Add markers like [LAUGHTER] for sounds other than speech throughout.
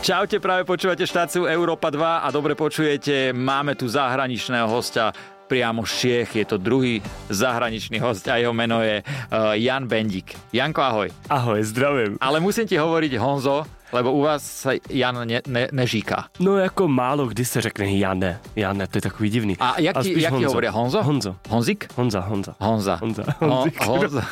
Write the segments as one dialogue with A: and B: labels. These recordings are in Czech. A: Čaute, práve počúvate štáciu Európa 2 a dobre počujete, máme tu zahraničného hostia priamo z Čiech, je to druhý zahraničný host a jeho meno je uh, Jan Bendík. Janko, ahoj.
B: Ahoj, zdravím.
A: Ale musím ti hovoriť Honzo, lebo u vás sa Jan ne, ne, nežíká.
B: No jako málo kdy se řekne já ne, já ne, to je takový divný.
A: A jak ti,
B: spíš
A: jak ti hovoria? Honzo?
B: Honzo.
A: Honzik?
B: Honza, Honza.
A: Honza.
B: Honza.
A: Hon-
B: Honzik. [LAUGHS]
A: Honza.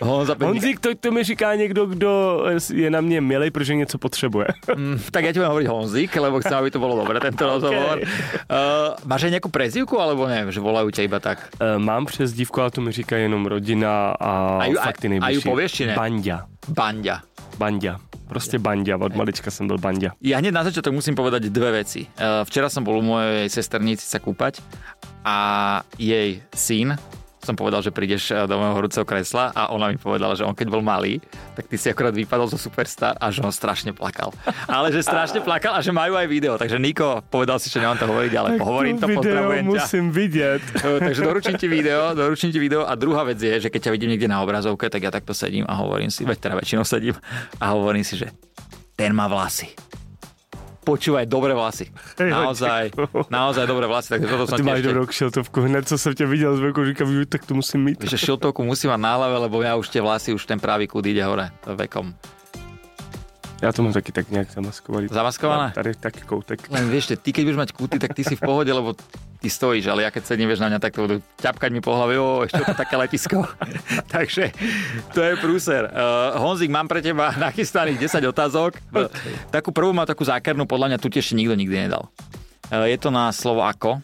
A: Honza Bendík.
B: Honzik, to, to mi říká někdo, kdo je na mě milej, protože něco potřebuje. [LAUGHS]
A: Mm, tak ja ti budem hovoriť Honzik, lebo chcem, aby to bolo dobre, tento rozhovor. Uh, máš aj nejakú prezivku, alebo ne, že volajú ťa iba tak?
B: Eh, Mám přes dívku, ale to mi říká jenom rodina a,
A: A ju- a-
B: fakt ty
A: a ju
B: nejbližší.
A: pověš, či ne?
B: Bandia.
A: Banďa.
B: Bandia. Prostě bandia, od malička jsem byl bandia.
A: Ja hneď na začiatok musím povedať dve veci. Uh, včera som bol u mojej sesternici sa kúpať a jej syn som povedal, že prídeš eh, do môjho horúceho kresla a ona mi povedala, že on keď bol malý, tak ty si akorát vypadol zo Superstar a že on strašne plakal. Ale že strašne plakal a že majú aj video. Takže Niko, povedal si, že nemám to hovoriť, ale hovorím to, pozdravujem ťa.
B: musím vidět.
A: Eh, Takže doručím ti video, doručím ti video a druhá vec je, že keď ťa vidím niekde na obrazovke, tak ja takto sedím a hovorím si, veď teda väčšinou sedím a hovorím si, že ten má vlasy. Počúvaj, dobré vlasy. Naozaj, naozaj dobré vlasy. Takže toto som
B: Ty
A: ti
B: máš
A: ešte...
B: dobrou kšiltovku, hned co jsem tě viděl zvenku, říkám, "Ju, tak to musím mít.
A: Že šiltovku musí mať na hlave, lebo ja už tie vlasy, už ten pravý kud ide hore vekom.
B: Já to mám taky tak nějak zamaskovaný.
A: Zamaskované?
B: Tady taky koutek.
A: Len vieš, že ty keď budeš mať kuty, tak ty si v pohode, lebo ty stojíš, ale ja keď sedím, vieš na mňa, tak to budú ťapkať mi po hlave, o, ešte to také letisko. [LAUGHS] Takže to je prúser. Uh, Honzik, mám pre teba nachystaných 10 otázok. Eh, Takú prvú má takú zákernú, podľa mňa tu tiež nikto nikdy nedal. Uh, je to na slovo ako?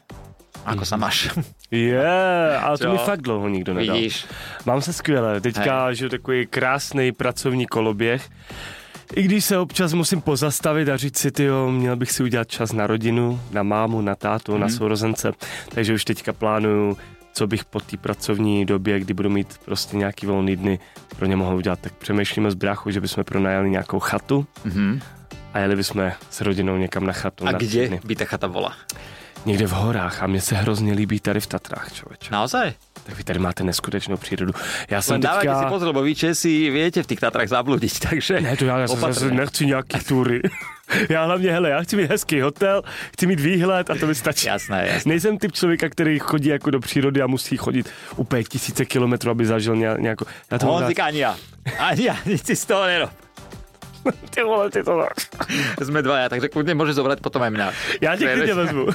A: Ako sa máš?
B: Je, yeah, ale
A: Jo.
B: to mi fakt dlouho nikdo Mhm. nedal.
A: Vidíš?
B: Mám se skvěle. Teďka žiju takový krásný pracovní koloběh. I když se občas musím pozastavit a říct si, tyjo, měl bych si udělat čas na rodinu, na mámu, na tátu,
A: Mhm.
B: na sourozence. Takže už teďka plánuju, co bych po té pracovní době, kdy budu mít prostě nějaký volný dny, pro ně mohl udělat. Tak přemýšlíme s bráchou, že bychom pronajali nějakou chatu
A: Mhm.
B: a jeli bychom s rodinou někam na chatu.
A: A
B: na tři
A: kde
B: dny.
A: by ta chata bola?
B: Někde v horách a mně se hrozně líbí tady v Tatrách, člověče.
A: Naozaj?
B: Tak vy tady máte neskutečnou přírodu. Já jsem
A: Len dávajte si
B: teďka...
A: pozor, lebo vy Česi viete v tých Tatrách zabludiť, [LAUGHS] takže
B: Ne, to já, já jsem zase
A: opatrne.
B: nechci nějaký tury. Já hlavně, hele, já chci mít hezký hotel, chci mít výhled a to mi stačí.
A: Jasné, jasné.
B: Nejsem typ člověka, který chodí jako do přírody a musí chodit úplně tisíce kilometrů, aby zažil nějak- nějakou... Já to mám rád.
A: Honzik ani ja. Ani ja, [LAUGHS] nic si z toho nerob.
B: ty vole, ty to...
A: Sme dvaja, takže kľudne môžeš zobrať potom aj mňa.
B: Já tě klidně vezmu.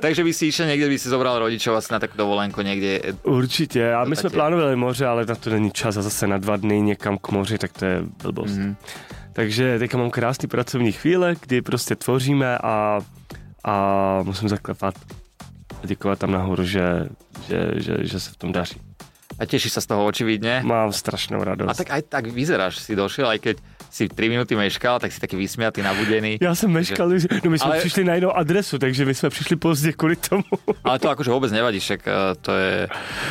A: Takže by si išiel niekde, by si zobral rodičov asi na takú dovolenku niekde.
B: Určitě. A my
A: To
B: jsme
A: taky.
B: plánovali moře, ale na to není čas a zase na dva dny někam k moři, tak to je blbost. Mm.
A: Mhm.
B: Takže teďka mám krásný pracovní chvíle, kdy prostě tvoříme a, a musím zaklepat a děkovat tam nahoru, že, že, že, že se v tom daří.
A: A teší sa z toho očividne.
B: Mám strašnou radost.
A: A tak aj tak vyzeráš, si došiel, aj keď si 3 minúty meškal, tak si taký vysmiatý, nabudený.
B: Já jsem meškal, že- no my jsme
A: Ale-
B: ale... přišli na jinou adresu, takže my jsme přišli pozdě kvůli tomu.
A: Ale to akože vôbec nevadí, však e, to je,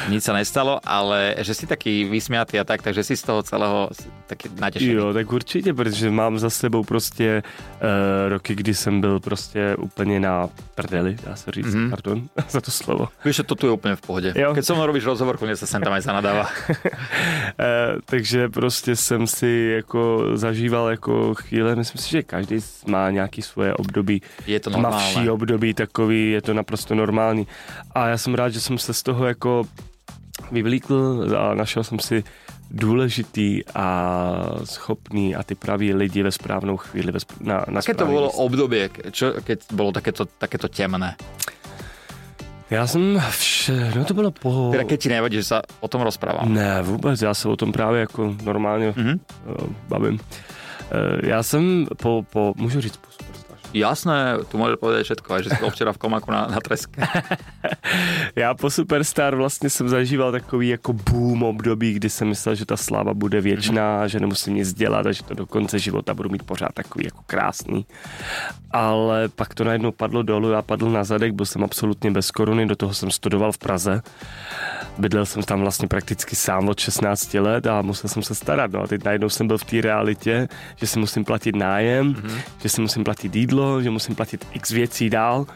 A: nič sa nestalo, ale že si taký vysmiatý a tak, takže si z toho celého taký natešený.
B: Jo, tak určitě, protože mám za sebou prostě uh, roky, kdy jsem byl prostě úplně na prdeli, dá se říct,
A: Mhm.
B: mm-hmm. pardon [LAUGHS] za to slovo.
A: Vieš, že to tu je úplne v pohode.
B: Jo.
A: Keď so mnou robíš rozhovor, kľudne sa sem tam aj zanadáva.
B: Eh, takže prostě jsem si jako zažíval jako chvíle, myslím si, že každý má nějaký svoje období,
A: Je to
B: mavší
A: normálne.
B: období takový, je to naprosto normální. A já jsem rád, že jsem se z toho jako vyvlíkl a našel jsem si důležitý a schopný a ty pravý lidi ve správnou chvíli, ve spr- na, na
A: Aké to
B: správný
A: bolo
B: místě.
A: obdobie, čo, keď bolo takéto, takéto temné?
B: Já jsem vše, no to bylo po...
A: Teda keď ti nevadí, že sa o tom rozprávam.
B: Ne, vůbec, já se o tom právě jako normálně
A: Mhm.
B: mm-hmm. bavím. Eh, Já jsem po, po můžu říct po Superstar.
A: Jasné, tu môžeš povedať všetko, aj že si bol včera v komaku na, na [LAUGHS] treske.
B: Já po Superstar vlastně jsem zažíval takový jako boom období, kdy jsem myslel, že ta sláva bude věčná, mm-hmm. že nemusím nic dělat a že to do konce života budu mít pořád takový jako krásný. Ale pak to najednou padlo dolů, já padl na zadek, byl jsem absolutně bez koruny, do toho jsem studoval v Praze Bydlel jsem tam vlastně prakticky sám od 16 let a musel jsem se starat. No a teď najednou jsem byl v té realitě, že si musím platit nájem, mm-hmm. že si musím platit jídlo, že musím platit x věcí dál.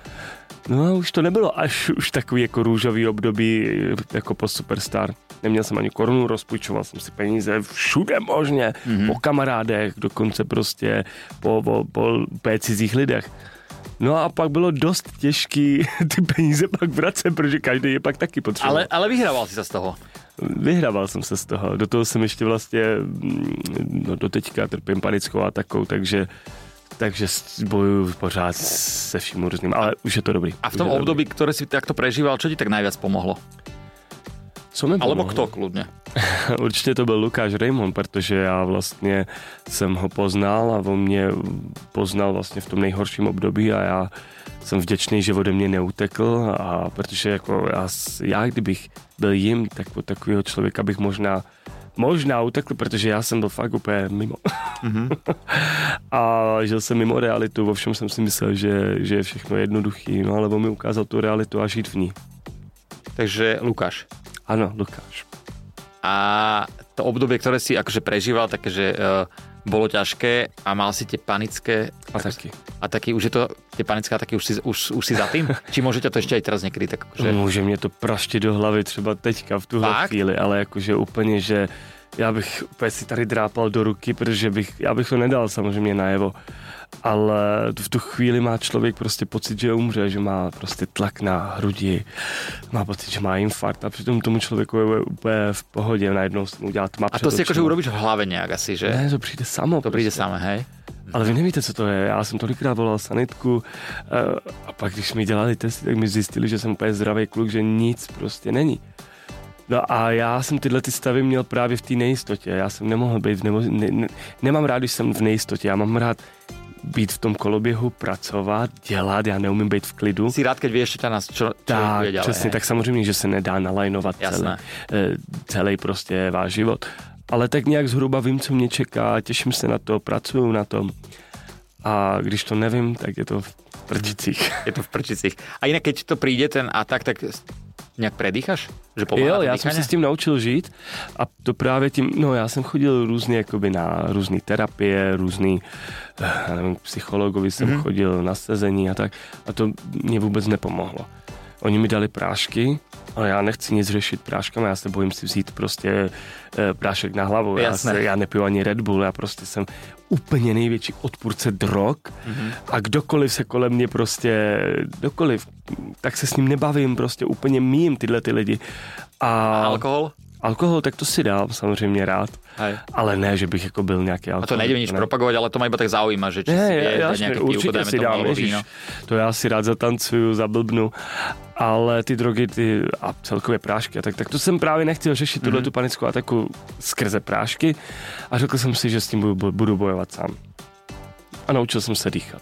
B: No a už to nebylo až už takový jako růžový období jako po Superstar. Neměl jsem ani korunu, rozpůjčoval jsem si peníze všude možně, mm-hmm. po kamarádech, dokonce prostě po, po, po, po cizích lidech. No a pak bylo dost těžký [LAUGHS] ty peníze pak vracet, protože každý je pak taky potřeboval.
A: Ale, ale vyhrával si se z toho.
B: Vyhrával jsem se z toho. Do toho jsem ještě vlastně, no do teďka trpím panickou a takovou, takže takže bojuju pořád se vším různým, ale už je to dobrý.
A: A v tom období, dobrý. ktoré si takto prežíval, čo ti tak najviac pomohlo?
B: Co mi pomohlo?
A: Alebo kto kludně?
B: [LAUGHS] Určitě to byl Lukáš Raymond, protože já vlastně jsem ho poznal a on mě poznal vlastně v tom nejhorším období a já jsem vděčný, že ode mě neutekl a protože jako já, já kdybych byl jim, tak od takového člověka bych možná možná utekl, protože já jsem byl fakt úplně mimo. Mm-hmm. [LAUGHS] a žil jsem mimo realitu, ovšem jsem si myslel, že, že je všechno jednoduchý, no ale on mi ukázal tu realitu a žít v ní.
A: Takže Lukáš.
B: Ano, Lukáš.
A: A to obdobie, ktoré si akože prežíval, také, že uh, bolo ťažké a mal si tie panické...
B: Ataky.
A: Ataky, už je to, tie panické ataky už si, už, už si za [LAUGHS] tým? Či môžete to ešte aj teraz niekedy tak akože...
B: Môže mě to praštit do hlavy třeba teďka v tuhle Fakt? chvíli, ale jakože úplně, že já bych úplně si tady drápal do ruky, protože bych, já bych to nedal samozřejmě najevo. Ale v tu chvíli má člověk prostě pocit, že umře, že má prostě tlak na hrudi, má pocit, že má infarkt a přitom tomu člověku je úplně v pohodě, najednou se mu udělá tma.
A: Mm. A to si jakože urobíš v hlavě nějak asi, že?
B: Ne, to přijde samo.
A: To prostě. přijde samé, hej?
B: Ale vy nevíte, co to je. Já jsem tolikrát volal sanitku eh, a pak, když mi dělali testy, tak mi zjistili, že jsem úplně zdravý kluk, že nic prostě není. No a já jsem tyhle ty stavy měl právě v té nejistotě. Já jsem nemohl být v nebo... ne, ne, nemám rád, když jsem v nejistotě. Já mám rád být v tom koloběhu, pracovat, dělat, já neumím být v klidu.
A: Jsi rád, když víš, že nás čo,
B: tak, dělali, přesně, hej. tak samozřejmě, že se nedá nalajnovat celý, eh, celý prostě váš život. Ale tak nějak zhruba vím, co mě čeká, těším se na to, pracuju na tom. A když to nevím, tak je to v prčicích.
A: Je to v prčicích. A jinak, když to přijde ten atak, tak nějak predýcháš?
B: Že jo, já jsem se s tím naučil žít a to právě tím, no já jsem chodil různě jakoby na různé terapie, různý, eh, já nevím, psychologovi jsem mm-hmm. chodil na sezení a tak a to mě vůbec nepomohlo. Oni mi dali prášky, ale já nechci nic řešit práškama, já se bojím si vzít prostě e, prášek na hlavu. Jasné. Já, se, já nepiju ani Red Bull, já prostě jsem úplně největší odpůrce drog
A: Mhm.
B: mm-hmm. a kdokoliv se kolem mě prostě, kdokoliv, tak se s ním nebavím, prostě úplně mím tyhle ty lidi.
A: A, a alkohol?
B: Alkohol, tak to si dám samozřejmě rád,
A: Hej.
B: ale ne, že bych jako byl nějaký alkohol.
A: A to nejde nič ne? propagovat, ale to má iba tak zaujíma, že či
B: ne,
A: si
B: je, jasný,
A: nějaké
B: určitě
A: pívko,
B: si dám, ježiš,
A: no.
B: to já si rád zatancuju, zablbnu, ale ty drogy ty, a celkově prášky a tak, tak to jsem právě nechtěl řešit,
A: Mhm.
B: mm-hmm. tu panickou ataku skrze prášky a řekl jsem si, že s tím budu, budu bojovat sám. A naučil jsem se dýchat.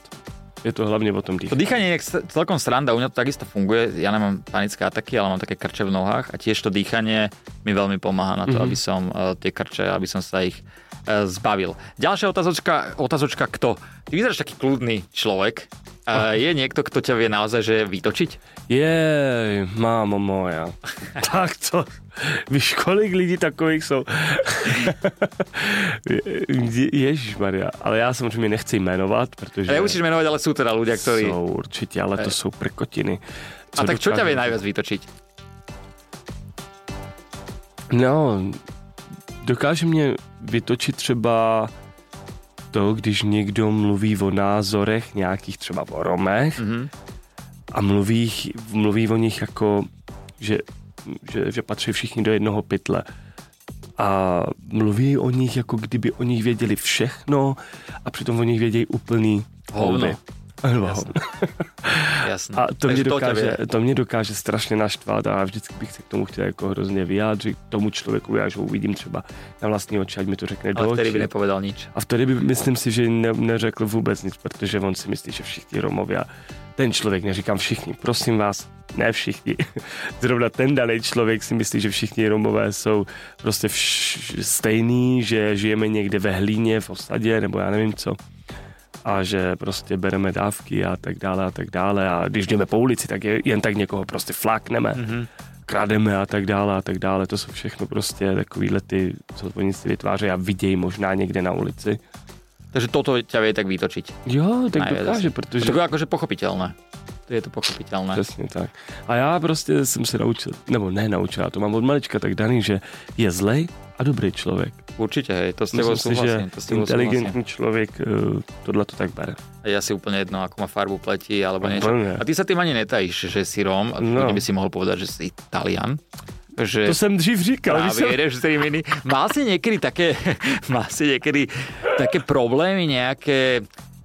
B: Je to hlavně o tom dýchání.
A: To dýchanie je celkom sranda, u mňa to takisto funguje. Ja nemám panické ataky, ale mám také krče v nohách a tiež to dýchanie mi veľmi pomáha na
B: Mhm.
A: to, mm -hmm. aby som uh, tie krče, aby som sa ich uh, zbavil. Ďalšia otázočka, otázočka kto? Ty vyzeráš taký kľudný človek. Uh, je niekto, kto ťa vie naozaj že vytočiť?
B: Jej,
A: [LAUGHS]
B: mámo moja. tak to, víš, kolik lidí
A: [LAUGHS]
B: takových jsou. Je, Ježíš Maria, ale já samozřejmě nechci jmenovat, protože...
A: Nemusíš jmenovat, ale jsou teda lidé, kteří...
B: Jsou určitě, ale to jsou prkotiny.
A: Co a tak co tě vie najviac vytočit?
B: No, dokáže mě vytočit třeba to, když někdo mluví o názorech nějakých třeba o
A: Hmm.
B: Romech
A: Mhm,
B: mm-hmm. a mluví, mluví o nich jako, že že, že patří všichni do jednoho pytle. A mluví o nich, jako kdyby o nich věděli všechno a přitom o nich vědějí úplný
A: hovno.
B: Hovno.
A: Jasné. Jasné.
B: A to Takže mě, dokáže, to, to mě dokáže strašně naštvat a vždycky bych se k tomu chtěl jako hrozně vyjádřit tomu člověku, já ho uvidím třeba na vlastní oči, ať mi to řekne
A: Ale
B: do
A: vtedy by nepovedal nič.
B: A vtedy by, myslím si, že ne, neřekl vůbec nic, protože on si myslí, že všichni Romovia ten člověk, neříkám všichni, prosím vás, ne všichni. [LAUGHS] Zrovna ten daný člověk si myslí, že všichni Romové jsou prostě vš- stejný, že žijeme někde ve hlíně, v osadě, nebo já nevím co. A že prostě bereme dávky a tak dále a tak dále. A když jdeme po ulici, tak je, jen tak někoho prostě flákneme. Mm-hmm. krademe a tak dále a tak dále. To jsou všechno prostě takovýhle ty, co oni si vytvářejí a vidějí možná někde na ulici.
A: Takže toto ťa vie tak vytočiť.
B: Jo, tak
A: Najviac
B: dokáže,
A: asi.
B: protože...
A: To je akože pochopiteľné. Je to pochopiteľné.
B: Přesně tak. A já prostě jsem se naučil, nebo ne naučil, já to mám od malička tak daný, že je zlej a dobrý člověk.
A: Určite, hej, to s tebou
B: Myslím si, že
A: súhlasím. To s tebou súhlasím.
B: inteligentní člověk eh, tohle to tak bere.
A: A ja si úplne jedno, ako má farbu pleti alebo niečo.
B: Úplne.
A: A ty sa tým ani netajíš, že si Róm. A no.
B: No.
A: by si mohol povedať, že si Talian. Že
B: To jsem dřív říkal, když jsem...
A: Právě, jdeš s tým iným. Má si někdy také, [LAUGHS] má si někdy také problémy nějaké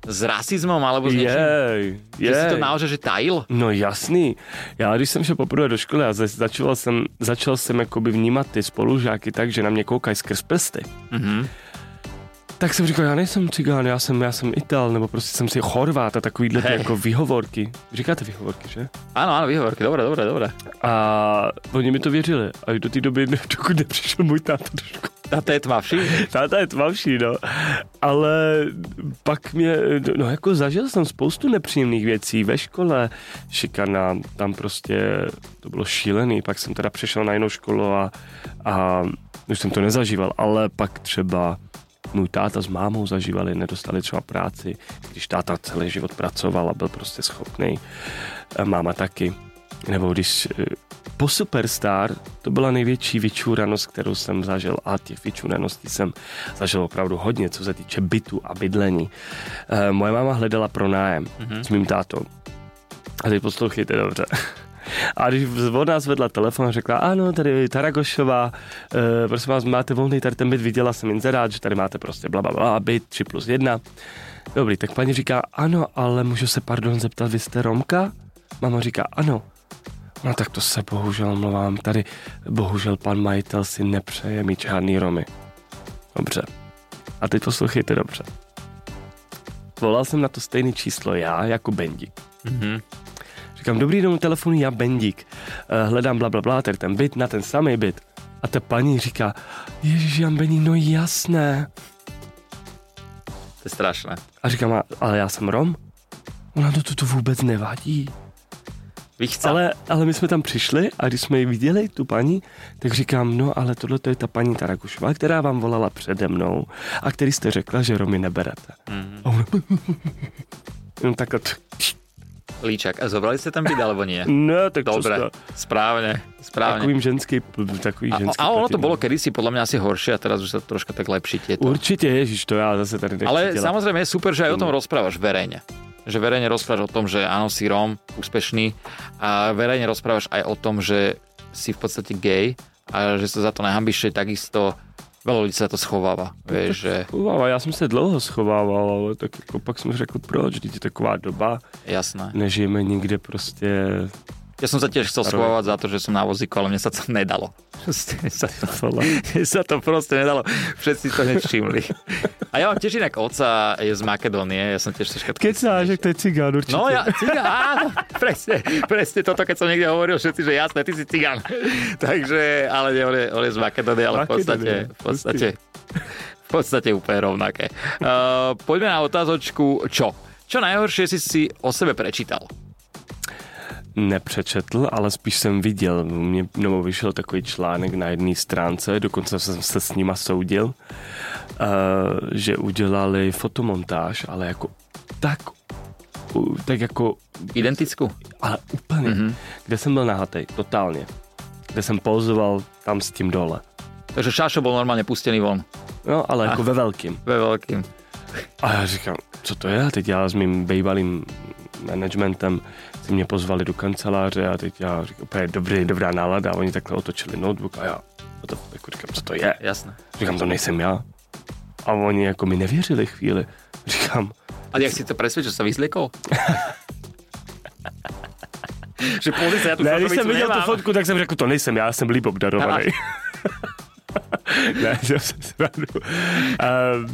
A: s rasismem alebo s něčím?
B: Jej,
A: Že si to
B: jej.
A: naozaj že tajil?
B: No jasný. Já když jsem šel poprvé do školy a za- začal jsem, začal jsem jakoby vnímat ty spolužáky tak, že na mě koukají skrz prsty.
A: Mhm.
B: Tak jsem říkal, já nejsem cigán, já jsem, já jsem Ital, nebo prostě jsem si Chorvát a takovýhle ty
A: Hej.
B: jako výhovorky. Říkáte výhovorky, že?
A: Áno, áno, výhovorky, dobré, dobré, dobré.
B: A oni mi to věřili. A do té doby, [LAUGHS] dokud nepřišel můj táta do školy.
A: A to je tmavší?
B: Táta je tmavší, no. Ale pak mě, no jako zažil jsem spoustu nepříjemných věcí ve škole, šikana, tam prostě to bylo šílený. Pak jsem teda přešel na jinou školu a, a už jsem to nezažíval, ale pak třeba můj táta s mámou zažívali, nedostali třeba práci, když táta celý život pracoval a byl prostě schopný. A máma taky. Nebo když eh, po Superstar to byla největší vyčuranost, kterou jsem zažil a těch vyčuraností jsem zažil opravdu hodně, co se týče bytu a bydlení. Eh, Moje máma hledala pronájem
A: Mhm,
B: mm-hmm. s mým tátou. A teď poslouchejte dobře. A když v- od nás vedla telefon a řekla, ano, tady je Taragošová, e, prosím vás, máte volný tady ten byt, viděla jsem inzerát, že tady máte prostě bla, bla, bla, byt 3 plus 1. Dobrý, tak paní říká, ano, ale můžu se, pardon, zeptat, vy jste Romka? Mama říká, ano. No tak to se bohužel omlouvám, tady bohužel pan majitel si nepřeje mít žádný Romy. Dobře. A teď poslouchejte dobře. Volal jsem na to stejné číslo já, jako Bendik.
A: Mhm.
B: Říkám, dobrý den, u telefonu já Bendík. Eh, Hledám bla, bla, bla, tady ten byt na ten samý byt. A ta paní říká, ježiš, Jan Bendík, no jasné.
A: To je strašné.
B: A říkám, "A- ale já jsem Rom. Ona "No to tu vůbec nevadí.
A: Vychcel. Ale...
B: Ale, ale my jsme tam přišli a když jsme ji viděli, tu paní, tak říkám, no ale tohle to je ta paní Taragušová, která vám volala přede mnou a který jste řekla, že Romy neberete.
A: Mhm.
B: A ona, [LAUGHS] no takhle, t-
A: Líčak. A zobrali jste tam byt alebo nie?
B: ne, no, tak to
A: Dobre,
B: jsme-
A: správně, správně.
B: Takovým ženský, p- takový
A: A,
B: ženský
A: a ono to
B: prdín.
A: bolo kedysi podľa mňa asi horšie a teraz už sa to troška tak lepšíte. To.
B: Určitě, ježíš, to já zase tady nechci
A: Ale
B: dělat.
A: samozrejme je super, že aj o tom rozprávaš verejne. Že verejne rozprávaš o tom, že áno, si Róm, úspešný a verejne rozprávaš aj o tom, že si v podstate gay a že sa za to nehambíš, že takisto veľa lidí sa to schováva. Vieš, že
B: Uváva, já jsem se dlouho schovával, ale tak jako pak jsem řekl, proč, když je taková doba,
A: jasné.
B: nežijeme nikde prostě [LAUGHS]
A: Ja som sa tiež chcel
B: Starověk.
A: schovávať za to, že som na vozíku, ale mne sa to nedalo. Proste mne sa to,
B: Fala.
A: mne sa to proste nedalo. Všetci to nevšimli. A ja mám tiež inak oca je z Makedónie, ja som tiež troška...
B: Kecáš, jak to je cigán určitě.
A: No ja, cigán, áno, presne, presne toto, keď som niekde hovoril, všetci, že jasné, ty si cigán. [LAUGHS] Takže, ale nie, on je, on je z Makedónie, ale v podstate,
B: Makedónie,
A: v podstate, v podstate úplne rovnaké. Uh, poďme na otázočku, čo? Čo najhoršie si si o sebe prečítal?
B: Nepřečetl, ale spíš jsem viděl, mě, nebo vyšel takový článek na jedné stránce, dokonce jsem se s nima soudil, uh, že udělali fotomontáž, ale jako tak, u- tak jako
A: Identickú?
B: ale úplně, mm-hmm. kde jsem byl nahatej, totálně. Kde jsem pouzoval tam s tím dole.
A: Takže Šášo bol normálne pustený von,
B: No, ale jako ve velkým.
A: ve veľkým.
B: A já říkám, co to je? A teď já s mým bývalým managementem si mě pozvali do kanceláře a teď já říkám, to je dobrý, dobrá nálada. A oni takhle otočili notebook a já a to, jako říkám, co to je?
A: Jasné.
B: Říkám, to nejsem já. A oni jako mi nevěřili chvíli. Říkám,
A: A jak si to presvedčil, sa vyzliekol? [LAUGHS] že pozri sa, ja tu
B: ne, když
A: srdcovicu
B: jsem viděl tu
A: nemám.
B: fotku, tak jsem řekl, to nejsem já, jsem líp obdarovaný. [LAUGHS] ne, já jsem srandu. Uh,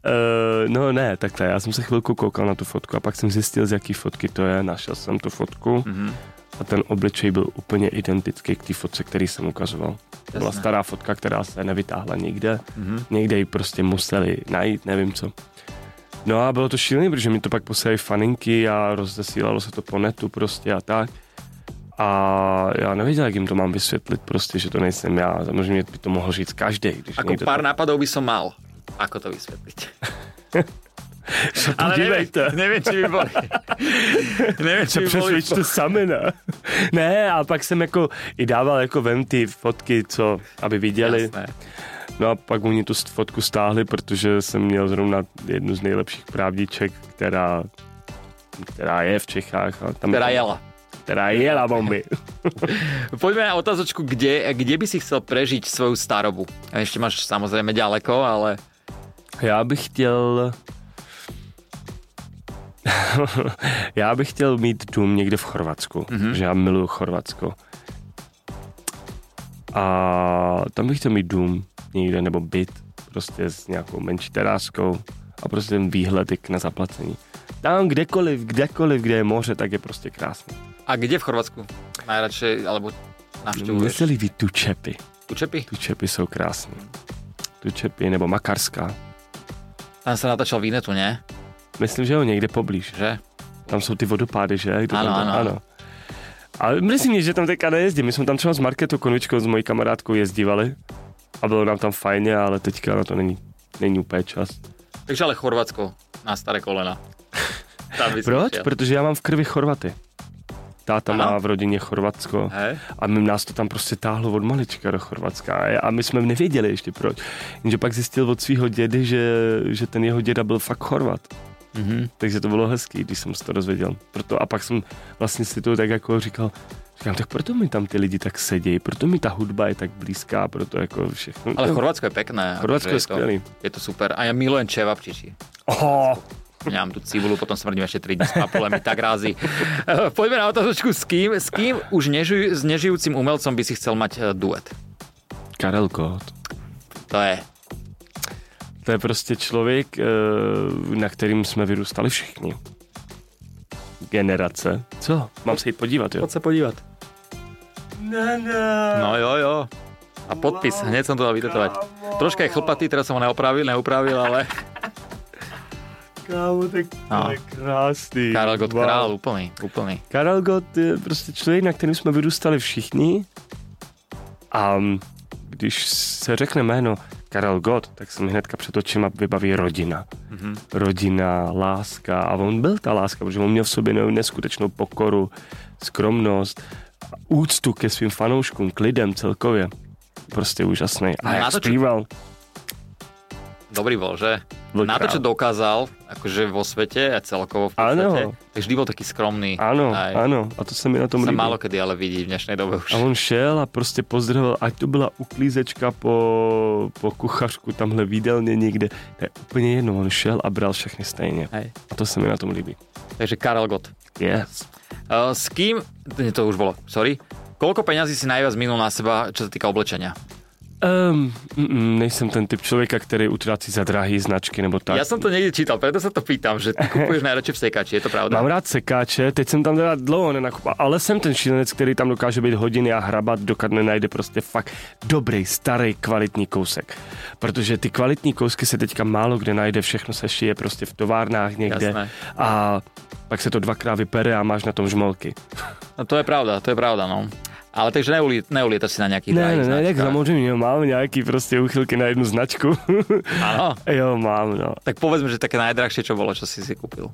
B: Uh, no ne, takhle, já jsem se chvilku koukal na tu fotku a pak jsem zjistil, z jaký fotky to je, našel jsem tu fotku
A: Mhm.
B: a ten obličej byl úplně identický k té fotce, který jsem ukazoval. To byla
A: Jasné.
B: stará fotka, která se nevytáhla nikde,
A: Mhm.
B: někde ji prostě museli najít, nevím co. No a bylo to šílený, protože mi to pak posílají faninky a rozesílalo se to po netu prostě a tak. A já nevěděl, jak jim to mám vysvětlit, prostě, že to nejsem já. Samozřejmě by to mohl říct každý. Když
A: Ako
B: někdo
A: Jako pár
B: to...
A: nápadov by som mal, ako to [LAUGHS] vysvetliť.
B: Se
A: neviem,
B: podívejte.
A: neviem, či by
B: [LAUGHS]
A: boli. neviem, či
B: Se
A: by boli.
B: přesvědčte sami, ne? [LAUGHS] ne, a pak jsem jako i dával jako vem ty fotky, co, aby viděli.
A: Jasné.
B: No a pak oni tu st- fotku stáhli, protože jsem měl zrovna jednu z nejlepších právdiček, která, která je v Čechách. A tam
A: Teda jela.
B: Která jela bomby.
A: Poďme na otázočku, kde, kde by si chcel prežiť svoju starobu? A ešte máš samozrejme ďaleko, ale
B: Já bych chtěl... [LAUGHS] já bych chtěl mít dům někde v Chorvatsku, mm-hmm. že já miluju Chorvatsko. A tam bych chtěl mít dům někde, nebo byt, prostě s nějakou menší teráskou a prostě ten výhled je k nezaplacení. Tam kdekoliv, kdekoliv, kde je moře, tak je prostě krásný.
A: a kde v Chorvatsku? Najradšej, alebo
B: Mně se
A: navštívuješ?
B: líbí tu čepy.
A: Učepy?
B: Tu čepy jsou krásné. Tu čepy, nebo Makarska.
A: Tam sa natáčal Vinetu, nie?
B: Myslím, že jo, někde poblíž.
A: Že?
B: Tam jsou ty vodopády, že? Kdo
A: Ano,
B: tam,
A: ano.
B: ano. A myslím, že tam teďka nejezdím. My jsme tam třeba s Marketou Konvičkou, s mojí kamarádkou jezdívali a bylo nám tam fajně, ale teďka na to není, není úplně čas.
A: Takže ale Chorvatsko na staré kolena.
B: [LAUGHS]
A: Tam by si
B: Proč?
A: šiel.
B: Protože já mám v krvi Chorvaty. Táta
A: Ano.
B: má v rodině Chorvatsko
A: Hej.
B: a my, nás to tam prostě táhlo od malička do Chorvatska A já- a my jsme nevěděli ještě proč. Jenže pak zjistil od svého dědy, že, že ten jeho děda byl fakt Chorvat.
A: Mhm.
B: Takže to bylo hezký, když jsem se to dozvěděl. Proto, a pak jsem vlastně si to tak jako říkal, říkám, tak proto mi tam ty lidi tak sedějí, proto mi ta hudba je tak blízká, proto jako všechno.
A: Ale Chorvátsko je pekné.
B: Chorvatsko
A: akože
B: je skvělý.
A: To, je to super. A ja milujem čevapčiči.
B: Oh,
A: Mňam tú cibulu, potom smrdím ešte 3 dní s papule, mi tak rázi. Eh, Poďme na otázočku, s kým, s kým už nežuj, s nežijúcim umelcom by si chcel mať eh, duet?
B: Karel Gott.
A: To je.
B: To je prostě člověk, eh, na kterým jsme vyrůstali všichni. Generace. Co? Mám se jít podívat, jo?
A: sa podívať.
B: Ne, ne.
A: No jo, jo. A podpis,
B: Wow,
A: hneď som to dal vytetovať. Troška je chlpatý, teraz som ho neopravil, neupravil, ale
B: Kámo, tak
A: No.
B: to je krásný.
A: Karel Gott
B: Wow.
A: král, úplný, úplný.
B: Karel Gott je prostě člověk, na kterým jsme vyrůstali všichni. A když se řekne jméno Karel Gott, tak se mi hnedka před očima vybaví rodina.
A: Mhm.
B: Mm-hmm. Rodina, láska. A on byl ta láska, protože on měl v sobě ne- neskutečnou pokoru, skromnost, úctu ke svým fanouškům, k lidem celkově. Prostě úžasný. A
A: No,
B: jak
A: na to, čo-
B: zpíval.
A: Dobrý bol, že?
B: Bol
A: na to,
B: král.
A: čo dokázal, akože vo svete a celkovo v podstate,
B: Áno.
A: tak vždy bol taký skromný.
B: Ano,
A: Aj.
B: ano. A to se mi na tom
A: Sa
B: líbí.
A: málo kedy ale vidí v dnešnej dobe
B: A
A: už.
B: on šel a prostě pozdravil, ať to byla uklízečka po, po kuchařku tamhle v jídelně někde. To je úplně jedno, on šel a bral všechny stejně.
A: Hej.
B: A to se mi na tom líbí.
A: Takže Karel Gott.
B: Yes.
A: Uh, s kým, nie, to už bolo, sorry, koľko peňazí si najviac minul na seba, čo sa týka oblečenia?
B: Um, mm, nejsem ten typ člověka, který utrácí za drahý značky nebo tak.
A: Ja som to niekde čítal, preto sa to pýtam, že ty
B: [LAUGHS]
A: kupuješ najradšej v sekači, je to
B: Mám
A: pravda?
B: rád sekáče, teď jsem tam teda dlouho nenakupal, ale jsem ten šílenec, který tam dokáže být hodiny a hrabat, dokud nenajde prostě fakt dobrý, starý, kvalitní kousek. Protože ty kvalitní kousky se teďka málo kde najde, všechno se šije prostě v továrnách někde.
A: Jasné.
B: A pak se to dvakrát vypere a máš na tom žmolky.
A: No, to je pravda, to je pravda, no. Ale takže neulí, neulietaš si na nejakých
B: Ne, ne,
A: drahých
B: ne, tak
A: značkách.
B: samozřejmě mám nějaký prostě úchylky na jednu značku. [LAUGHS]
A: Áno,
B: jo, mám, no.
A: tak povedzme, že také najdrahšie, čo bolo, čo si si kúpil.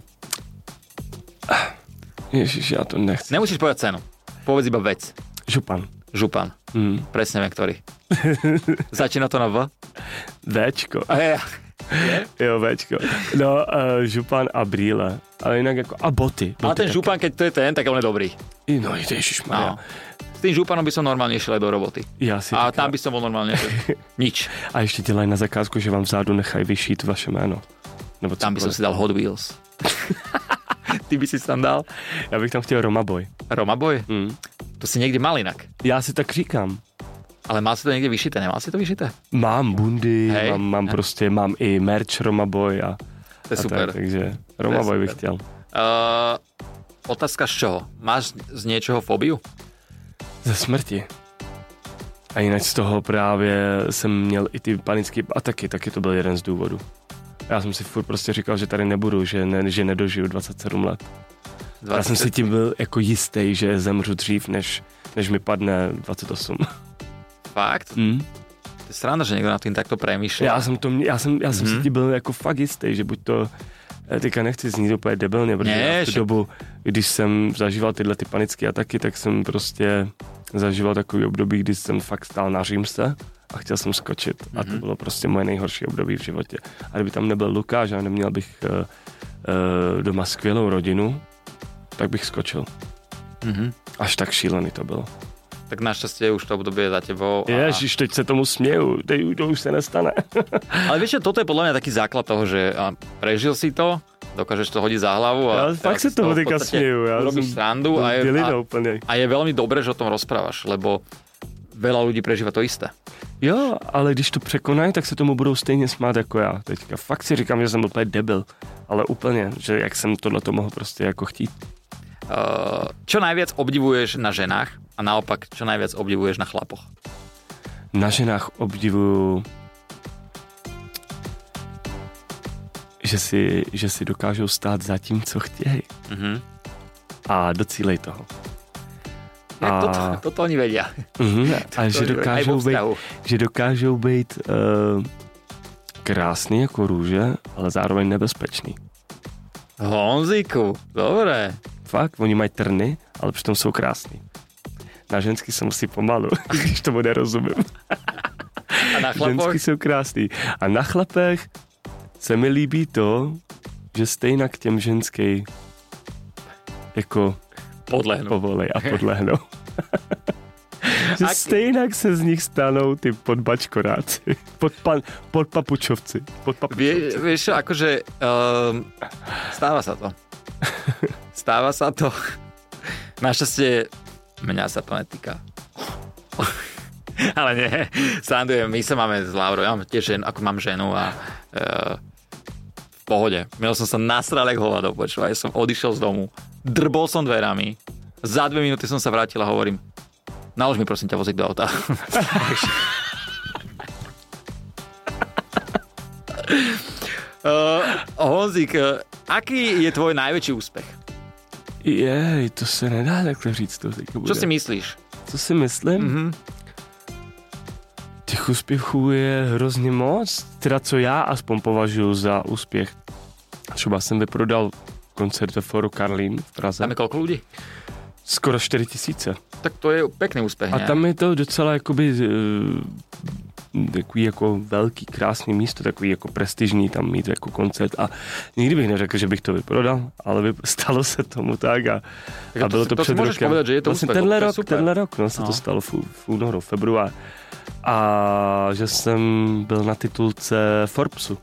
B: Ježiš, já to nechci.
A: Nemusíš povedať cenu, povedz iba vec.
B: Župan.
A: Župan.
B: Mm.
A: Presne viem,
B: [LAUGHS]
A: ktorý. Začína to na V?
B: Včko.
A: A je,
B: Jo, Včko. No, uh, župan a brýle. Ale jinak jako, a boty. boty
A: ale No, ten
B: taky.
A: župan, keď to je ten, tak on je dobrý.
B: I No, ježišmarja.
A: No. S tým županom by som normálne išiel aj do roboty.
B: Já si
A: A
B: a,
A: tam by som bol normálne, že
B: [LAUGHS]
A: nič.
B: a ještě dělají na zakázku, že vám vzadu nechají vyšít vaše jméno. Nebo
A: Tam by som
B: cokoliv.
A: si dal Hot Wheels. [LAUGHS] Ty by si tam dal
B: Já bych tam chtěl Roma Boy.
A: Roma Boy.
B: Mm.
A: To si niekde mal inak.
B: Já si tak říkám.
A: Ale mal si to niekde vyšité, nemal si to vyšité?
B: Mám bundy,
A: Hej.
B: mám, mám prostě, mám i merch Roma Boy a,
A: To je
B: a
A: super.
B: Tak, takže Roma Boy bych
A: super.
B: chtěl.
A: Uh, otázka z čoho? Máš z niečoho fóbiu?
B: Ze smrti. A jinak z toho právě jsem měl i ty panické ataky, taky to byl jeden z důvodů. Já jsem si furt prostě říkal, že tady nebudu, že, ne, že nedožiju 27 let. Já jsem si tím byl jako jistý, že zemřu dřív, než, než mi padne 28.
A: Fakt?
B: Mm.
A: To je sranda, že někdo nad tým takto premýšlel.
B: Já jsem, to, mě- já jsem, já jsem
A: Mhm.
B: si tím byl jako fakt jistý, že buď to eh, Teďka nechci znít úplně debilně, protože
A: Ne,
B: ne, v tu
A: však-
B: dobu, když jsem zažíval tyhle ty panické ataky, tak jsem prostě zažíval takový období, kdy jsem fakt stál na římse a chtěl jsem skočit. A to
A: Mhm.
B: bylo prostě moje nejhorší období v životě. A kdyby tam nebyl Lukáš a neměl bych uh, uh, doma skvělou rodinu, tak bych skočil.
A: Mhm.
B: Až tak šílený to bylo.
A: Tak našťastie už to obdobie je za tebou. a-
B: Ježiš, teď se tomu směju, teď to už se nestane.
A: Ale vieš, že toto je podľa mňa taký základ toho, že a, prežil si to, dokážeš to hodiť za hlavu.
B: Já
A: A
B: fakt si toho teďka směju, já
A: Robíš
B: jsem-
A: srandu a je, a,
B: Bylina úplně.
A: a je veľmi dobré, že o tom rozprávaš, lebo veľa ľudí prežíva to isté.
B: Jo, ale když to překonají, tak se tomu budou stejně smát jako já teďka. Fakt si říkám, že jsem úplně debil, ale úplně, že jak jsem tohle to mohl prostě jako chtít.
A: Uh, čo najviac obdivuješ na ženách a naopak, čo najviac obdivuješ na chlapoch?
B: Na ženách obdivuju, že si, že si dokážou stát za tím, co chtějí
A: Uh-huh.
B: a docílej toho.
A: Jak
B: A-
A: toto, toto oni vedia.
B: [LAUGHS] Mhm, a
A: To
B: že
A: je aj vo
B: dokážou být
A: vzťahu.
B: že dokážou být uh, krásný jako růže, ale zároveň nebezpečný.
A: Honziku, dobre.
B: Fakt, oni mají trny, ale přitom jsou krásný. Na ženský se musí pomalu, [LAUGHS] když tomu nerozumím.
A: A na chlapoch?
B: Ženský jsou krásný. A na chlapech se mi líbí to, že stejně k těm ženský jako
A: Podlehnú.
B: povolej a podlehnou. že
A: Aký-
B: stejně se z nich stanou ty podbačkoráci, podpan, podpapučovci. podpapučovci.
A: Vie, vieš čo, akože um, stáva sa to. [LAUGHS] Stáva sa to. Našťastie mňa sa to netýka. [LAUGHS] Ale nie, sandujem, my sa máme s Laurou, ja mám tiež žen, ako mám ženu a uh, v pohode. Měl som sa nasral jak hovado, počúvaj, som odišiel z domu, drbol som dverami, za dve minúty som sa vrátil a hovorím, nalož mi prosím ťa vozík do auta. [LAUGHS] Uh, Honzik, eh, aký je tvoj najväčší úspech?
B: Jej, to se nedá takhle říct. To teďka
A: Čo
B: bude.
A: si myslíš?
B: Co si myslím?
A: Mhm.
B: Těch úspěchů je hrozně moc. Teda co já aspoň považuji za úspěch. Třeba jsem vyprodal koncert ve Foru Karlín v Praze.
A: Tam je koľko ľudí?
B: Skoro 4 tisíce.
A: Tak to je pekný úspech,
B: A
A: ne?
B: tam je to docela jakoby eh, takový jako velký, krásný místo, takový jako prestižní tam mít jako koncert a nikdy bych neřekl, že bych to vyprodal, ale vyp- [LAUGHS] stalo se tomu tak a,
A: Tak
B: a
A: to
B: bylo
A: si-
B: to,
A: to si
B: před
A: můžeš
B: rokem.
A: povedat, že je to
B: vlastně
A: úspěch,
B: tenhle
A: to je
B: rok,
A: super.
B: tenhle rok, no se
A: No.
B: to stalo v, v únoru, február a že jsem byl na titulce Forbesu,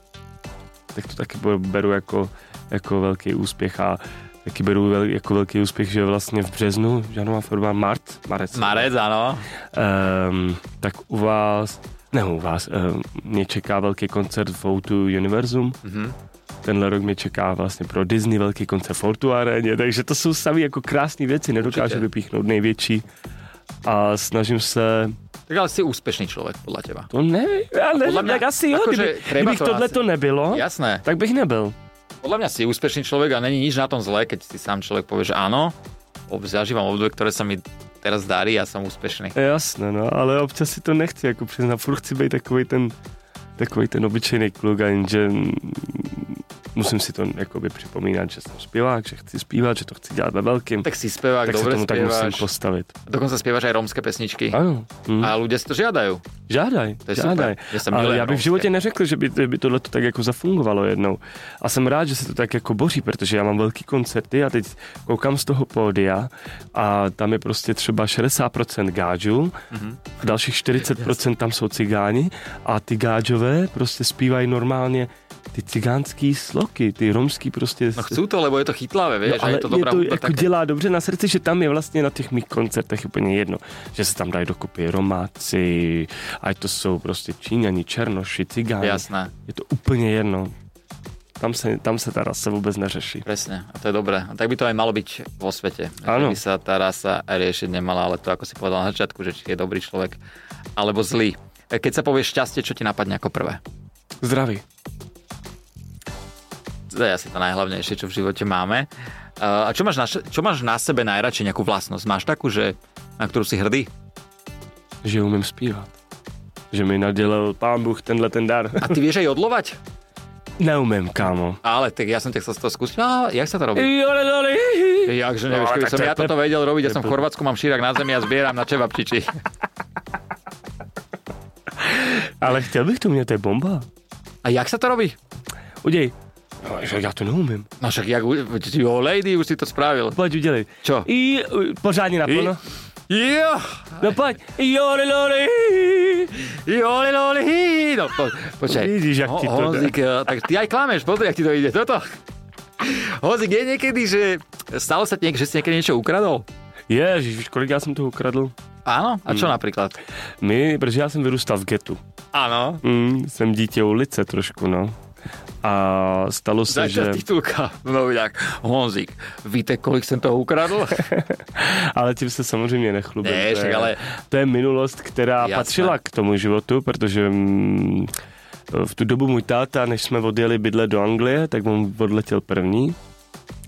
B: tak to taky bo- beru jako, jako velký úspěch a taky beru vel, jako velký úspěch, že vlastně v březnu, Janová Forba, Mart, Marec,
A: Marec, áno.
B: Um, tak u vás, ne u vás, um, mě čeká velký koncert v Outu Universum.
A: Mhm.
B: Tenhle rok mě čeká vlastně pro Disney velký koncert v Outu Areně, takže to jsou samé jako krásné věci, nedokážu
A: Určitě.
B: vypíchnout největší. A snažím se,
A: Tak ale si úspešný člověk, podle teba.
B: to nevím, já nevím,
A: podle mě-
B: tak asi jo,
A: jakože
B: kdyby,
A: treba
B: kdybych
A: to
B: tohle
A: asi.
B: to nebylo,
A: Jasné.
B: tak bych nebyl.
A: Podle mňa si úspešný človek a není nič na tom zlé, keď si sám človek povie, že áno, ob- zažívam obdobie, ktoré sa mi teraz darí, ja som úspešný.
B: Jasné, no, ale občas si to nechci, jako přiznat, furt chci být takový ten, takový ten obyčejný kluk a jenže mm, musím si to jakoby připomínat, že jsem zpěvák, že chci zpívat, že to chci dělat ve velkým, tak,
A: Tak si spevák,
B: tak se
A: dobre
B: tomu tak musím
A: spievaš.
B: postavit.
A: Dokonca spievaš aj rómske pesničky.
B: Ano, hm.
A: A ľudia si to žiadajú.
B: žádaj,
A: To je
B: žádaj.
A: super. Ja sa
B: Ale
A: milujem
B: já bych v
A: rómske.
B: životě neřekl, že by, že by tohle to tak jako zafungovalo jednou. A jsem rád, že se to tak jako boří, protože já mám velký koncerty a teď koukám z toho pódia a tam je prostě třeba 60% gáčů,
A: Mhm.
B: a dalších 40% tam jsou cigáni a ty gáčové prostě zpívají normálně ty cigánský sloky, ty romský prostě...
A: No chcú to, lebo je to chytlavé, vieš,
B: ale
A: a je to dobrá
B: je to
A: hudba
B: jako
A: také.
B: dělá dobře na srdci, že tam je vlastně na těch mých koncertech úplně jedno, že se tam dají dokupy Romáci, ať to jsou prostě Číňani, Černoši, Cigáni,
A: Jasné.
B: je to úplně jedno. Tam se, tam se ta rasa vůbec neřeší.
A: Presne, a to je dobré. A tak by to aj malo byť vo svete.
B: Áno.
A: Že by sa tá rasa riešiť nemala, ale to ako si povedal na začiatku, že či je dobrý človek alebo zlý. E, jako Keď sa povie šťastie, čo ti napadne ako prvé?
B: Zdraví.
A: to je asi to najhlavnejšie, čo v živote máme. Uh, a čo máš, na, čo máš na sebe najradšej, nejakú vlastnosť? Máš takú, že, na ktorú si hrdý?
B: Že umím zpívat. Že mi nadělal pán Bůh tenhle ten dar. [LAUGHS]
A: A ty vieš aj odlovať?
B: Neumím, kámo.
A: Ale tak ja som ťa chcel z toho skúsiť. No, jak sa to robí?
B: Jole, dole, hihi.
A: Jakže nevieš,
B: No,
A: keby
B: tak
A: som
B: to je
A: ja
B: blb-
A: toto vedel robiť, ja
B: to je
A: som v
B: blb-
A: Chorvátsku, mám šírak na zemi a zbieram na čevapčiči.
B: Ale chtěl bych to mít, to je bomba.
A: A jak sa to robí?
B: Udělej. No, že já to neumím.
A: No však jak, u- jo, lady, už si to spravil.
B: Pojď, udělej.
A: Čo?
B: I, u, pořádně naplno.
A: Jo,
B: No pojď. Jole, dole, hihi.
A: jo, loli, hi. no, po, počkaj.
B: Vidíš, jak ti to dá.
A: Honzik, eh, tak ty aj klameš, pozri, jak ti to ide, toto. Honzik, je niekedy, že stalo sa ti niekedy, že si niekedy niečo ukradol?
B: Ježiš, víš, kolik já jsem toho ukradl?
A: Áno? Mm. A čo napríklad?
B: My, protože já jsem vyrůstal v getu.
A: Áno.
B: Mm, jsem dítě ulice trošku, no. A stalo se, že...
A: Začas titulka [LAUGHS] v novinách. Honzik, víte, kolik jsem toho [LAUGHS] ukradl?
B: Ale tím se samozřejmě nechlubím.
A: Ne,
B: to,
A: však
B: je,
A: ale-
B: to je minulost, která
A: Jasné.
B: Jasné. patřila k tomu životu, protože mm, v tu dobu můj táta, než jsme odjeli bydlet do Anglie, tak on odletěl první,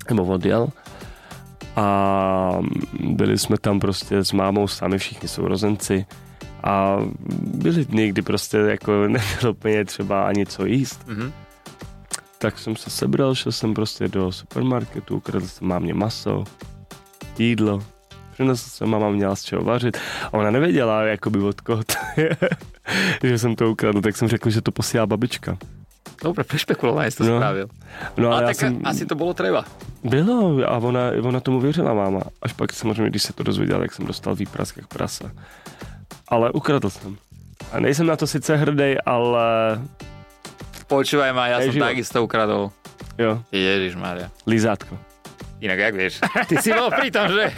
B: nebo odjel. A mm, byli jsme tam prostě s mámou sami, všichni sourozenci. A byly dny, kdy prostě jako [LAUGHS] nebylo úplně třeba ani co jíst.
A: Mhm.
B: Tak jsem se sebral, šel jsem prostě do supermarketu, ukradl jsem mámě maso, jídlo. Přinesl jsem, máma měla z čeho vařit. A ona nevěděla, jakoby od koho to je. [LAUGHS] že jsem to ukradl, tak jsem řekl, že to posílá babička.
A: Dobre, prešpekulovane si to
B: No.
A: spravil.
B: No
A: Ale
B: a já
A: tak
B: jsem...
A: asi to bolo treba.
B: Bylo a ona, ona tomu věřila máma. Až pak samozřejmě, když se to dozvěděla, tak jsem dostal výprask jak prasa. Ale ukradl jsem. A nejsem na to sice hrdý, ale
A: Počúvaj ma, ja som
B: Hej, život.
A: takisto ukradol.
B: jo,
A: Ježiš Maria.
B: lízátko.
A: Inak jak vieš? Ty si bol pri tom, [LAUGHS] že?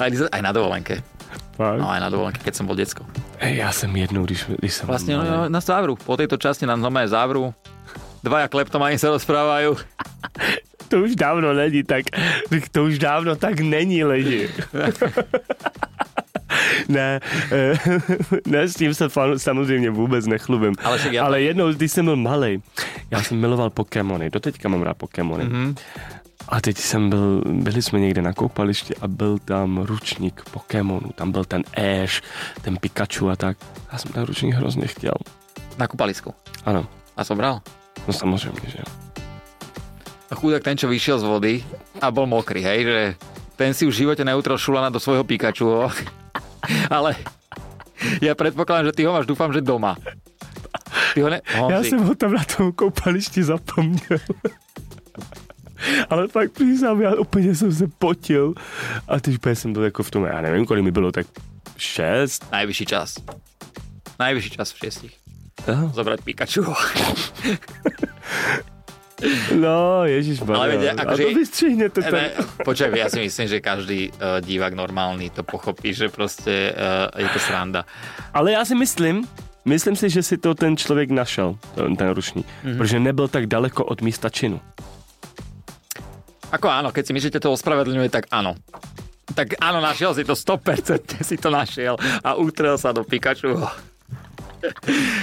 A: Aj, aj na dovolenke.
B: Fakt.
A: No aj na dovolenke, keď som bol decko.
B: Hej, já jsem jednou, když, když jsem
A: Vlastne
B: malý.
A: no, na závru. Po tejto časti nám normálne závru. Dvaja kleptomani sa rozprávajú.
B: To už dávno není, tak to už dávno tak není lidi.
A: [LAUGHS]
B: ne, eh, ne, s tím se fan, samozřejmě vůbec nechlubím.
A: Ale však já-
B: Ale jednou, když jsem byl malý, já jsem miloval Pokémony, doteďka mám rád Pokémony.
A: Mhm.
B: Mm-hmm. A teď jsem byl, byli jsme někde na koupališti a byl tam ručník Pokémonů, tam byl ten Ash, ten Pikachu a tak. Já jsem ten ručník hrozně chtěl.
A: Na kupalisku.
B: Ano,
A: A som bral.
B: no samozřejmě, že jo.
A: A chudák ten, čo vyšiel z vody a bol mokrý, hej, že ten si už v živote neutrel šulana do svojho Pikachu. [LAUGHS] Ale ja predpokladám, že ty ho máš, dúfam, že doma. Ty ho ne...
B: Já
A: Honzi,
B: jsem ho tam na tom koupališti zapomněl. Ale fakt přísám, já úplně jsem se potil. A teď úplně jsem byl jako v tom, já nevím, kolik mi bylo, tak šest.
A: najvyšší čas. Najvyšší čas v šiestich.
B: Aha.
A: Zobrať Pikachu. [LAUGHS]
B: No, ježíš,
A: Ale veď,
B: A
A: akože-
B: to vystřihne to tam.
A: Ne, počkaj, ja si myslím, že každý uh, divák normálny to pochopí, že proste uh, je to sranda.
B: Ale já si myslím, myslím si, že si to ten člověk našel, ten, ten rušní, mm-hmm. protože nebyl tak daleko od místa činu.
A: Ako áno, keď si myslíte, to ospravedlňuje, tak áno. Tak áno, našiel si to 100%, [LAUGHS] si to našiel a utrel sa do Pikachu. [LAUGHS]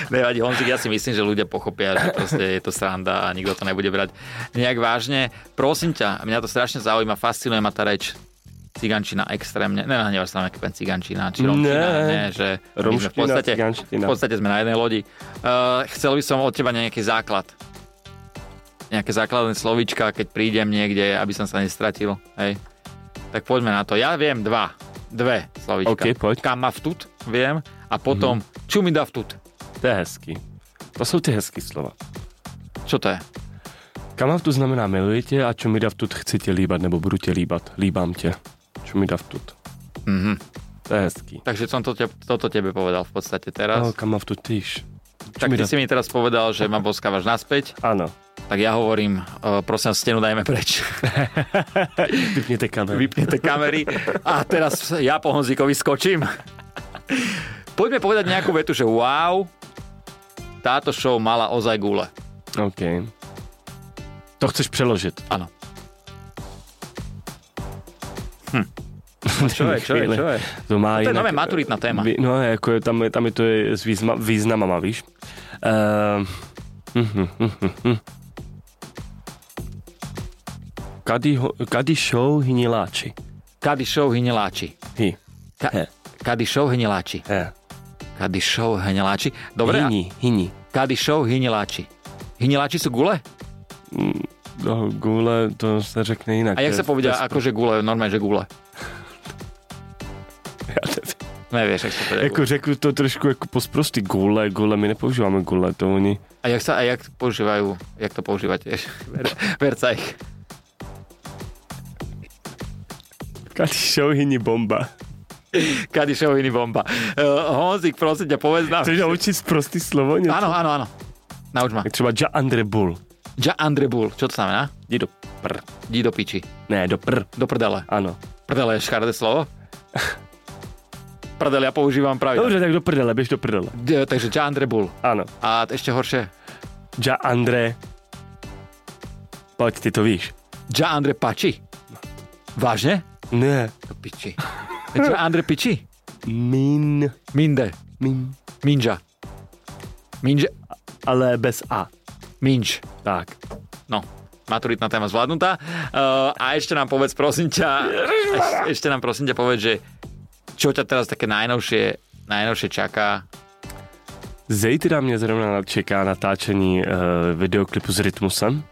A: Nevadí, Honzik, ja si myslím, že ľudia pochopia, že proste je to sranda a nikto to nebude brať nejak vážne. Prosím ťa, mňa to strašne zaujíma, fascinuje ma tá reč cigančina extrémne. Nenahnevaš sa na mňa, keď poviem cigančina či romčina,
B: Ne.
A: ne, že my sme v
B: Romština,
A: podstate, v
B: ciganština.
A: podstate sme na jednej lodi. Uh, chcel by som od teba nejaký základ nejaké základné slovíčka, keď prídem niekde, aby som sa nestratil. Hej. Tak poďme na to. Ja viem dva. Dve slovíčka.
B: OK, pojď.
A: Kama vtut, viem. A potom mm-hmm. čumida vtut.
B: To je hezký. To jsou ty hezký slova.
A: Čo to je?
B: Kamavtu znamená miluji tě a čo mi davtut chci tě líbat nebo budu tě líbat. Líbám tě. Čo mi davtut.
A: Mhm.
B: To je hezký.
A: Takže som to te, toto tebe povedal v podstate
B: No,
A: teraz. Okay,
B: kamavtu tyš.
A: tak ty
B: čumida.
A: si mi teraz povedal, že ma boskávaš naspäť,
B: Ano.
A: tak ja hovorím, uh, prosím, stenu dajme preč.
B: Vypněte kameru.
A: Vypnete kamery a teraz ja po Honzíkovi skočím. Poďme povedať nejakú vetu, že wow, táto show mala ozaj gule.
B: OK. To chceš přeložit.
A: Áno. Hm. Čo je, čo je, čo je?
B: To má
A: To je
B: jinak... eh,
A: nové maturitná téma.
B: Vy- No, jako je, tam, je- tam je to je s Ehm, hm, výzma, významama, víš? Uh, Kadyho, kadyšou hniláči.
A: Kadišov hniláči.
B: Hi.
A: Ka-
B: He.
A: Kadišov hniláči.
B: He.
A: Kadišov hniláči. Dobre, a
B: Hyni, hyni.
A: Kadišov hniláči. Hniláči sú gule?
B: No, gule, to se řekne jinak.
A: A jak
B: to
A: sa
B: je-
A: povedia,
B: to je-
A: akože gule, normálne, že gule.
B: já nevím.
A: Nevieš, jak sa povedia
B: Jako
A: gule.
B: řeknu to trošku jako posprostý gule, gule, my nepoužíváme gule, to oni...
A: A jak sa, a jak používajú, jak to používate? Ver, verca ich.
B: Kadyšou hyni bomba.
A: Kadišov hni bomba. Uh, Honzik, prosím ťa, povedz nám.
B: Chceš naučit prostý slovo něco?
A: Áno, áno, áno. Nauč ma.
B: Jak Třeba ja Andre Bull.
A: Ja Andrebul, čo to znamená?
B: Jdi do pr.
A: Di do piči.
B: Ne, do pr.
A: Do prdele.
B: Ano.
A: Prdele je škaredé slovo? Prdele ja používam pravidla.
B: Dobře, tak do prdele, běž do prdele.
A: D- takže Ja Andrebul.
B: Ano.
A: A ešte horšie.
B: Ja Andre. Pojď, ty to víš.
A: Ja Andre Pači. Vážne?
B: Ne.
A: Do piči. Ja Andre Piči.
B: Min.
A: Minde.
B: Min.
A: Minja. Minja.
B: Ale bez A.
A: Minč.
B: Tak.
A: No, maturitná téma zvládnutá. Uh, a ešte nám povedz, prosím ťa, ešte, ešte nám prosím ťa povedz, že čo ťa teraz také najnovšie, najnovšie čaká.
B: Zítra mě zrovna čeká natáčení uh, videoklipu s Rytmusem.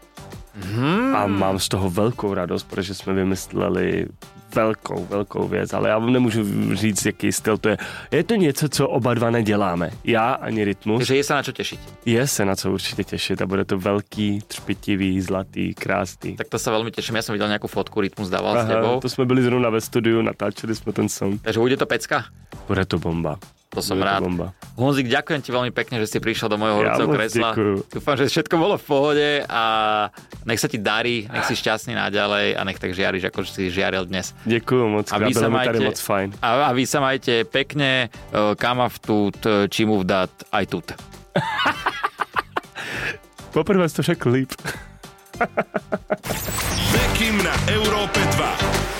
B: Hmm. A mám z toho velkou radost, protože jsme vymysleli velkou, velkou věc, ale já vám nemůžu říct, jaký styl to je. Je to něco, co oba dva neděláme. Já ani Rytmus.
A: Takže je sa na čo tešiť.
B: Je se na co určitě těšit a bude to velký, třpitivý, zlatý, krásný.
A: Tak to sa veľmi teším. Ja som videl nejakú fotku, Rytmus dával s tebou.
B: Aha, to jsme byli zrovna ve studiu, natáčeli jsme ten song.
A: Takže bude to pecka.
B: Bude to bomba.
A: To som
B: Bude to
A: rád.
B: bomba.
A: Honzik, ďakujem ti veľmi pekne, že si prišiel do mojho
B: Ja
A: horúceho
B: moc
A: kresla.
B: ďakujem.
A: Dúfam, že všetko bolo v pohode a nech sa ti darí, nech si šťastný naďalej a nech tak žiariš, ako si žiaril dnes.
B: Děkuju moc,
A: A
B: krát,
A: vy sa
B: bylo mi
A: majte,
B: tady moc fajn.
A: A, a vy sa majte pekne, e, kama v tut, čimu vdat, aj tut.
B: Poprvé jsi to řekl líp.
C: Bekim na Európe 2.